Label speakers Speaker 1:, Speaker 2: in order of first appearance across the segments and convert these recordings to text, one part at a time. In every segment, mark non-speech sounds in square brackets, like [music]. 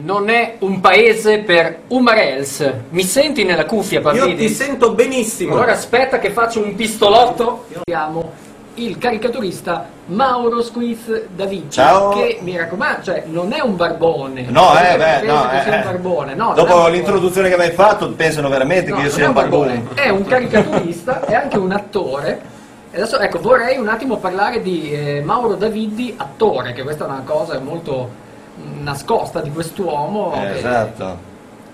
Speaker 1: Non è un paese per umarels. Mi senti nella cuffia,
Speaker 2: Io ti
Speaker 1: Pavlidis?
Speaker 2: sento benissimo.
Speaker 1: Ora aspetta che faccio un pistolotto. Abbiamo il caricaturista Mauro Squiz Davici,
Speaker 3: Ciao.
Speaker 1: che mi raccomando, cioè non è un barbone.
Speaker 3: No,
Speaker 1: Non
Speaker 3: eh,
Speaker 1: è
Speaker 3: beh,
Speaker 1: che
Speaker 3: no,
Speaker 1: penso che sia
Speaker 3: eh,
Speaker 1: un barbone. No, non è un
Speaker 3: Dopo
Speaker 1: barbone.
Speaker 3: l'introduzione che mi hai fatto, pensano veramente
Speaker 1: No,
Speaker 3: che io
Speaker 1: non
Speaker 3: sia
Speaker 1: è
Speaker 3: un barbone.
Speaker 1: È un caricaturista, è anche un attore. E adesso ecco, vorrei un attimo parlare di eh, Mauro Daviddi, attore, che questa è una cosa molto mh, nascosta di quest'uomo.
Speaker 3: Eh,
Speaker 1: che-
Speaker 3: esatto.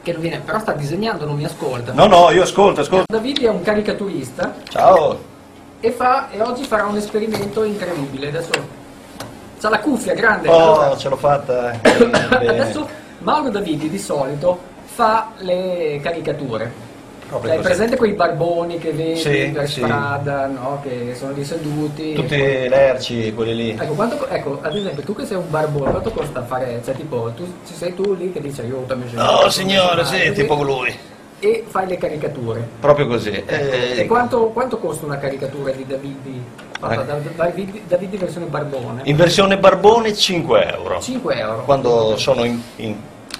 Speaker 1: che non viene, però sta disegnando, non mi ascolta.
Speaker 3: No, no, io ascolto, ascolto.
Speaker 1: Davide è un caricaturista
Speaker 3: Ciao.
Speaker 1: e, fa, e oggi farà un esperimento incredibile. Adesso c'ha la cuffia grande.
Speaker 3: Oh,
Speaker 1: allora.
Speaker 3: ce l'ho fatta. eh. Bene.
Speaker 1: [coughs] [laughs] Adesso Mauro Davidi di solito fa le caricature. Cioè,
Speaker 3: Proprio
Speaker 1: Hai
Speaker 3: così.
Speaker 1: presente quei barboni che vedi
Speaker 3: Sì,
Speaker 1: per
Speaker 3: sì.
Speaker 1: strada, no? che sono lì seduti?
Speaker 3: Tutti lerci, quelli lì.
Speaker 1: Ecco, quanto co- ecco, ad esempio, tu che sei un barbone, quanto costa fare? Cioè, tipo, tu, ci sei tu lì che dici aiutami. se
Speaker 3: Oh,
Speaker 1: no,
Speaker 3: signore,
Speaker 1: così,
Speaker 3: sì, tipo lui.
Speaker 1: E fai le caricature.
Speaker 3: Proprio così.
Speaker 1: E
Speaker 3: Eh,
Speaker 1: quanto, quanto costa una caricatura di Davidi? Fatta da, da- Davidi, Davidi versione Barbone?
Speaker 3: in versione barbone 5 euro.
Speaker 1: 5 euro.
Speaker 3: Quando sono in... in-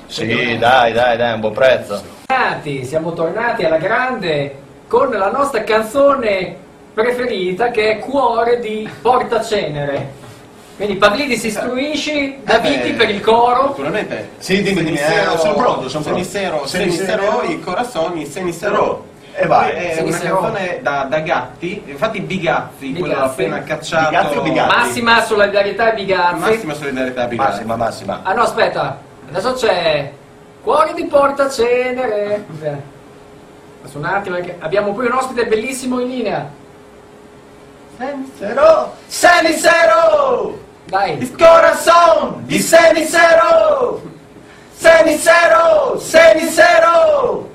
Speaker 1: Sì.
Speaker 3: Sì, dai, dai, dai, è un buon prezzo.
Speaker 1: Tornati, siamo tornati alla grande con la nostra canzone preferita che è Cuore di Portacenere. Quindi Pavlidis si istruisci, Davidi
Speaker 4: beh.
Speaker 1: per il coro.
Speaker 4: Naturalmente.
Speaker 3: Sì, dimmi, dimmi, eh, sono pronto, sono pronto.
Speaker 4: Senisero,
Speaker 3: Senisero.
Speaker 4: Senisero, i Corazzoni, Senisero.
Speaker 3: E vai.
Speaker 4: È una
Speaker 1: Senisero.
Speaker 4: canzone da, da gatti, infatti Bigazzi, quello
Speaker 1: Bigazzi.
Speaker 4: appena cacciato.
Speaker 3: Bigazzi o Bigazzi?
Speaker 1: Massima solidarietà e bigazzi.
Speaker 4: Massima solidarietà a Bigazzi.
Speaker 3: Massima, massima.
Speaker 1: Ah no, aspetta, adesso c'è Cuore di Portacenere. Beh, Adesso un attimo, perché abbiamo qui un ospite bellissimo in linea.
Speaker 3: Senisero! Senisero!
Speaker 1: Dai.
Speaker 3: Il corazon di Senisero! Senisero! Senisero!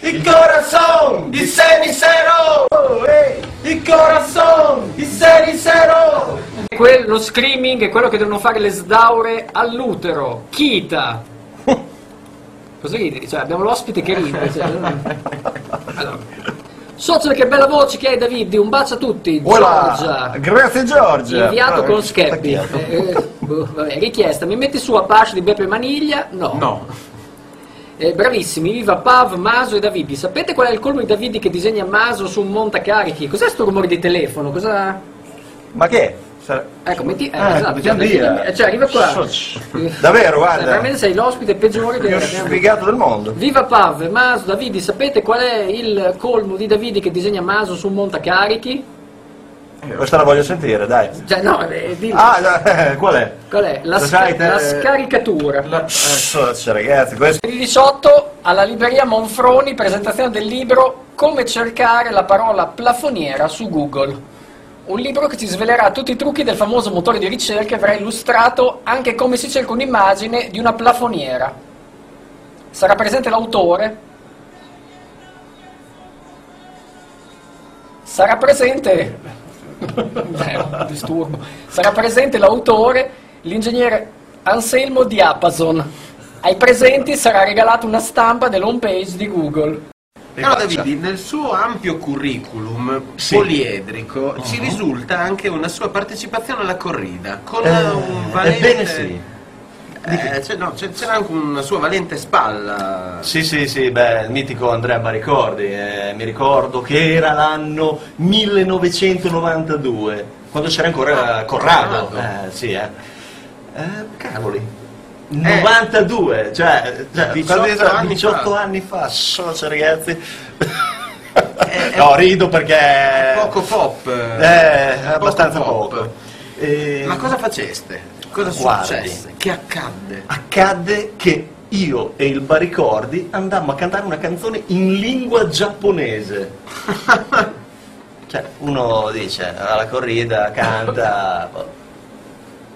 Speaker 3: Il corazon di Senisero! Eh, Il corazon di Senisero!
Speaker 1: Quello screaming è quello che devono fare le sdaure all'utero. Chita. Cosa ridi? Cioè, abbiamo l'ospite che ride. Cioè. Allora. Sozzo, che bella voce che hai, David. Un bacio a tutti. Giorgia.
Speaker 3: Grazie Giorgia!
Speaker 1: Inviato con Scheppi.
Speaker 3: Stacchiato.
Speaker 1: Eh, boh, vabbè, richiesta. Mi metti su Apache di Beppe Maniglia? No.
Speaker 4: No,
Speaker 1: Eh, bravissimi, viva Pav, Maso e Davidi. Sapete qual è il colmo di Davidi che disegna Maso su un montacarichi? Cos'è sto rumore di telefono? Cosa...
Speaker 3: Ma che? Sar-
Speaker 1: Ecco, metti... eh,
Speaker 3: Ah,
Speaker 1: esatto,
Speaker 3: mettiamo
Speaker 1: cioè,
Speaker 3: via.
Speaker 1: metti- cioè, arriva qua.
Speaker 3: Soc-
Speaker 1: Eh,
Speaker 3: Davvero,
Speaker 1: cioè, veramente
Speaker 3: guarda!
Speaker 1: sei l'ospite peggiore che
Speaker 3: Più
Speaker 1: abbiamo.
Speaker 3: sfigato del mondo!
Speaker 1: Viva Pav, Maso, Davidi, sapete qual è il colmo di Davidi che disegna Maso su un montacarichi?
Speaker 3: Questa la voglio sentire, dai!
Speaker 1: Cioè, no, eh, dillo.
Speaker 3: Ah, qual è?
Speaker 1: Qual è? La,
Speaker 3: lo
Speaker 1: sca-
Speaker 3: sai, te-
Speaker 1: la scaricatura.
Speaker 4: eh,
Speaker 3: Eh, Soc, ragazzi, questo...
Speaker 1: Il 18 alla libreria Monfroni, presentazione del libro Come cercare la parola plafoniera su Google. Un libro che ci svelerà tutti i trucchi del famoso motore di ricerca e verrà illustrato anche come si cerca un'immagine di una plafoniera. Sarà presente l'autore? Sarà presente... Beh, Eh, disturbo. Sarà presente l'autore, l'ingegnere Anselmo di Apason. Ai presenti sarà regalata una stampa dell'home page di Google.
Speaker 4: però Davidi, nel suo ampio curriculum poliedrico ci
Speaker 3: Mhm.
Speaker 4: risulta anche una sua partecipazione alla corrida con un valente.
Speaker 3: Eh, ebbene sì.
Speaker 4: Eh, c'è- no, c'è- c'era anche una sua valente spalla.
Speaker 3: Sì, sì, sì, beh, il mitico Andrea Maricordi, eh, mi ricordo che era l'anno 1992, quando c'era ancora Corrado,
Speaker 4: Ah, Corrado.
Speaker 3: eh, sì, eh. Eh, cavoli. 92, cioè, cioè
Speaker 4: 18
Speaker 3: quasi esatto,
Speaker 4: Eh, anni
Speaker 3: 18
Speaker 4: fa. Eh.
Speaker 3: anni fa, socio ragazzi. Eh, no, rido perché...
Speaker 4: Poco pop.
Speaker 3: Eh, abbastanza poco.
Speaker 4: pop.
Speaker 3: Eh,
Speaker 4: Ma cosa faceste? Cosa
Speaker 3: Guardi.
Speaker 4: successe? Che accadde?
Speaker 3: accadde che io e il Baricordi andammo a cantare una canzone in lingua [laughs] giapponese. cioè, uno dice, alla corrida canta, boh,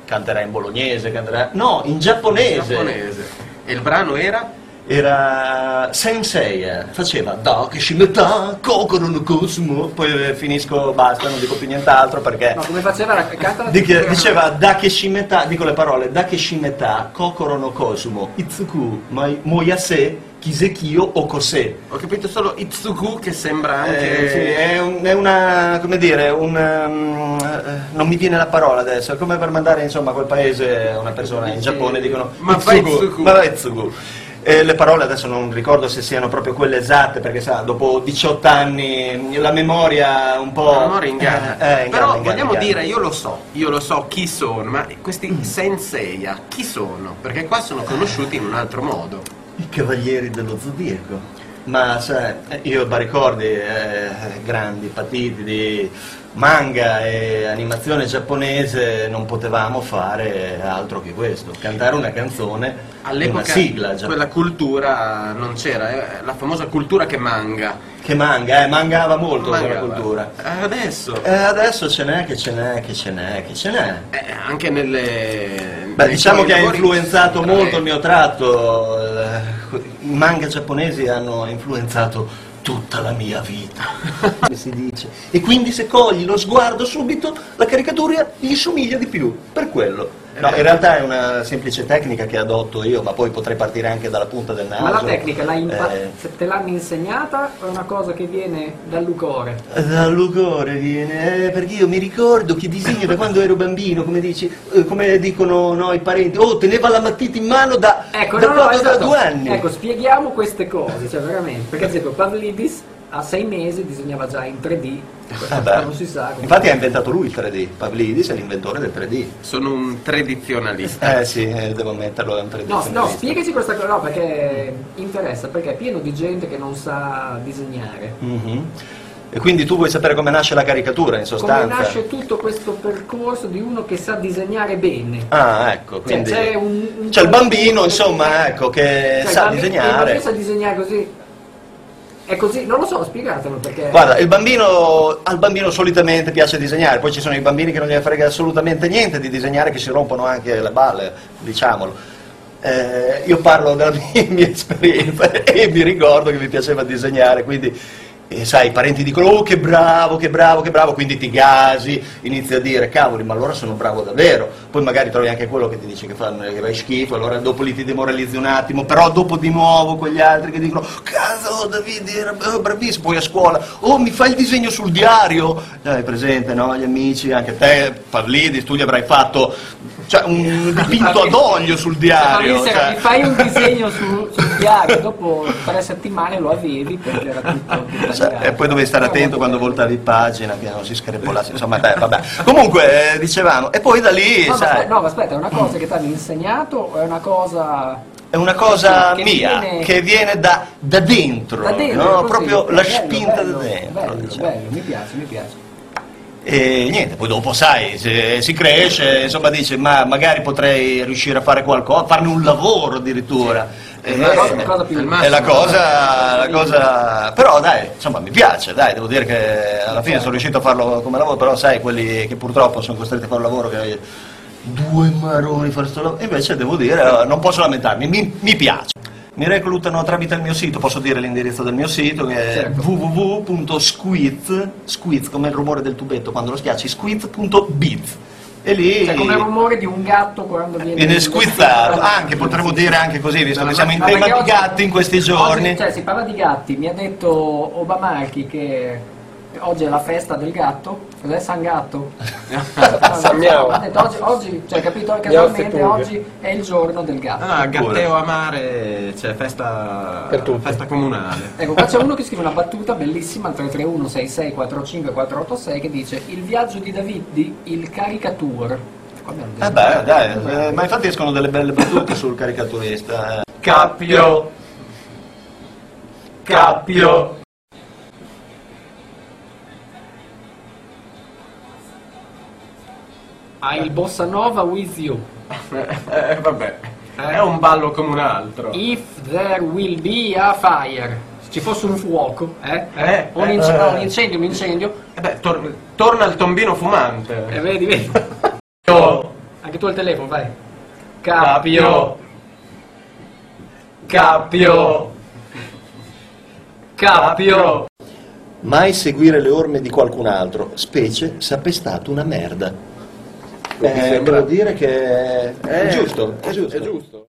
Speaker 3: canterà in bolognese, canterà... No, in giapponese.
Speaker 4: Giapponese. E il brano era?
Speaker 3: Era sensei, eh, faceva da che scimmetà, kokoro no cosmo, poi eh, finisco, basta, non dico più nient'altro perché...
Speaker 1: Ma come faceva la cantata?
Speaker 3: Di che- diceva da che scimmetà, dico le parole, da che scimmetà, kokoro no kosumo, itsuku, mai- moyase, Kisekio Okose.
Speaker 4: Ho capito solo Itsugu che sembra anche...
Speaker 3: Eh, sì, è, un- è una, come dire, un... um, eh, non mi viene la parola adesso, è come per mandare insomma a quel paese una persona in Giappone dicono
Speaker 4: Ma vai Tsugu."
Speaker 3: ma vai Tsugu. Eh, le parole adesso non ricordo se siano proprio quelle esatte, perché sa, dopo 18 anni la memoria un po'...
Speaker 4: La memoria inganna.
Speaker 3: Eh, eh, inganna,
Speaker 4: Però
Speaker 3: inganna,
Speaker 4: vogliamo
Speaker 3: inganna.
Speaker 4: dire, io lo so, io lo so chi sono, ma
Speaker 3: Mm.
Speaker 4: questi senseiya chi sono? Perché qua sono conosciuti in un altro modo.
Speaker 3: I cavalieri dello zodiaco. Ma sai, io ho ricordi eh, grandi, patiti di manga e animazione giapponese, non potevamo fare altro che questo, cantare una canzone,
Speaker 4: All'epoca
Speaker 3: una sigla giapponese.
Speaker 4: quella cultura non c'era, eh, la famosa cultura che manga.
Speaker 3: Che manga, eh, mangava molto quella
Speaker 4: Mangava.
Speaker 3: cultura.
Speaker 4: Eh, Adesso,
Speaker 3: E adesso ce n'è, che ce n'è, che ce n'è, che ce n'è.
Speaker 4: eh, anche nelle...
Speaker 3: Beh,
Speaker 4: nei
Speaker 3: diciamo che ha
Speaker 4: corridori-
Speaker 3: influenzato
Speaker 4: Eh,
Speaker 3: molto il mio tratto. eh, I manga giapponesi hanno influenzato tutta la
Speaker 1: [laughs]
Speaker 3: mia vita, come si dice. E quindi se cogli lo sguardo subito, la caricatura gli somiglia di più, per quello. No, in realtà è una semplice tecnica che adotto io, ma poi potrei partire anche dalla punta del naso.
Speaker 1: Ma la tecnica l'hai impa-
Speaker 3: Eh,
Speaker 1: se te l'hanno insegnata o è una cosa che viene dal lucore?
Speaker 3: Dal lugore viene, eh, perché io mi ricordo che disegno da quando ero bambino, come, dici, eh, come dicono no, i parenti, oh, teneva la matita in mano da,
Speaker 1: Ecco,
Speaker 3: da
Speaker 1: no, no,
Speaker 3: quando aveva
Speaker 1: esatto.
Speaker 3: due anni.
Speaker 1: Ecco, spieghiamo queste cose, cioè veramente. Perché ad esempio Pavlidis a sei mesi disegnava già in 3D,
Speaker 3: Ah,
Speaker 1: questa
Speaker 3: beh.
Speaker 1: non si sa. come-
Speaker 3: Infatti ha inventato lui il 3D, Pavlidis è l'inventore del 3D.
Speaker 4: Sono un tradizionalista.
Speaker 3: Eh sì, eh, devo ammetterlo, è un 3D.
Speaker 1: No, no, spiegaci questa cosa, no, perché interessa, perché è pieno di gente che non sa disegnare.
Speaker 3: Mhm. E quindi tu vuoi sapere come nasce la caricatura, in sostanza?
Speaker 1: Come nasce tutto questo percorso di uno che sa disegnare bene?
Speaker 3: Ah, ecco,
Speaker 1: Cioè,
Speaker 3: quindi...
Speaker 1: c'è un- un-
Speaker 3: c'è il bambino, insomma, ecco, che
Speaker 1: Cioè,
Speaker 3: sa
Speaker 1: il bambino- Il bambino
Speaker 3: disegnare.
Speaker 1: sa disegnare così. È così, non lo so, spiegatelo perché.
Speaker 3: Guarda, il bambino, al bambino solitamente piace disegnare, poi ci sono i bambini che non gliene frega assolutamente niente di disegnare, che si rompono anche le balle, diciamolo. Eh, io parlo della [laughs] mia, mia esperienza e mi ricordo che mi piaceva disegnare, quindi eh, sai, i parenti dicono oh che bravo, che bravo, che bravo, quindi ti gasi, inizi a dire cavoli, ma allora sono bravo davvero, poi magari trovi anche quello che ti dice che, fa, che fai schifo, allora dopo lì ti demoralizzi un attimo, però dopo di nuovo con gli altri che dicono cazzo Davide era bra- bravissimo, poi a scuola, oh mi fai il disegno sul diario, Eh, hai presente no, gli amici, anche te, Pavlidis, tu gli avrai fatto cioè, un dipinto ad olio sul diario.
Speaker 1: Allora, se
Speaker 3: cioè.
Speaker 1: mi fai un disegno su, sul diario, dopo tre settimane lo avevi perché era tutto. tutto
Speaker 3: Cioè,
Speaker 1: tagliato.
Speaker 3: e poi dovevi stare
Speaker 1: Era
Speaker 3: attento
Speaker 1: molto
Speaker 3: quando
Speaker 1: bello.
Speaker 3: voltavi pagina che non si scarepolasse, insomma, beh, vabbè. Comunque, eh, dicevamo, e poi da lì,
Speaker 1: No, ma
Speaker 3: sai,
Speaker 1: aspetta, no, ma aspetta, è una cosa che ti hanno insegnato o è una cosa.
Speaker 3: è una cosa
Speaker 1: Che
Speaker 3: mia
Speaker 1: viene-
Speaker 3: che viene da, da dentro,
Speaker 1: Da dentro,
Speaker 3: no?
Speaker 1: così,
Speaker 3: proprio la
Speaker 1: bello,
Speaker 3: spinta
Speaker 1: bello,
Speaker 3: da dentro.
Speaker 1: Bello,
Speaker 3: diciamo.
Speaker 1: bello, mi piace, mi piace.
Speaker 3: E niente, poi dopo sai, se- si cresce, insomma dice, ma magari potrei riuscire a fare qualcosa, a farne un lavoro addirittura.
Speaker 4: Sì, è
Speaker 3: Eh,
Speaker 4: la cosa-
Speaker 1: la cosa più-
Speaker 3: è
Speaker 4: massimo.
Speaker 3: la cosa, la cosa- Però dai, insomma mi piace, dai, devo dire che alla fine sono riuscito a farlo come lavoro, però sai, quelli che purtroppo sono costretti a fare un lavoro che... Due maroni fare sto lavoro, invece devo dire, eh, non posso lamentarmi, mi, mi piace. Mi reclutano tramite il mio sito, posso dire l'indirizzo del mio sito che è
Speaker 1: Certo.
Speaker 3: www.squiz, squiz come il rumore del tubetto quando lo schiacci, squiz.biz e lì
Speaker 1: Cioè, come il rumore di un gatto quando viene.
Speaker 3: viene squizzato, anche potremmo dire anche così, visto che siamo in
Speaker 1: Ma
Speaker 3: tema
Speaker 1: perché
Speaker 3: di
Speaker 1: oggi-
Speaker 3: gatti in questi
Speaker 1: oggi,
Speaker 3: giorni.
Speaker 1: cioè, si parla di gatti, mi ha detto Obamarchi che oggi è la festa del gatto. Cos'è San
Speaker 3: [laughs]
Speaker 1: Gatto?
Speaker 2: San Miao.
Speaker 1: Ha detto oggi, oggi, cioè, capito,
Speaker 2: Miao
Speaker 1: casualmente
Speaker 2: Sepulvio.
Speaker 1: oggi è il giorno del gatto.
Speaker 4: [laughs] Ah,
Speaker 3: Pure.
Speaker 4: gatteo a mare, c'è festa,
Speaker 2: Per tutti.
Speaker 4: festa comunale.
Speaker 1: Ecco, qua c'è uno che scrive una battuta bellissima al 331 6645 486 che dice Il viaggio di David, il caricature. Qua abbiamo detto-
Speaker 3: Eh beh, dai, eh, ma infatti escono delle belle battute sul caricaturista. eh.
Speaker 4: Cappio. Cappio.
Speaker 1: Hai il bossa nova with you.
Speaker 4: Eh, vabbè, è un ballo come un altro.
Speaker 1: If there will be a fire. Se ci fosse un fuoco, eh?
Speaker 4: Eh,
Speaker 1: Un,
Speaker 4: eh,
Speaker 1: inc-
Speaker 3: eh.
Speaker 1: no, un incendio, un incendio.
Speaker 4: Eh beh, tor- torna il tombino
Speaker 1: E
Speaker 4: fumante.
Speaker 1: vedi, vedi.
Speaker 4: Capio.
Speaker 1: Anche tu al telefono, vai.
Speaker 4: Capio. Capio.
Speaker 1: Capio.
Speaker 3: Mai seguire le orme di qualcun altro, specie se appestato una merda. Eh,
Speaker 4: Mi sembra-
Speaker 3: devo dire che è
Speaker 4: Eh,
Speaker 3: giusto,
Speaker 4: È giusto.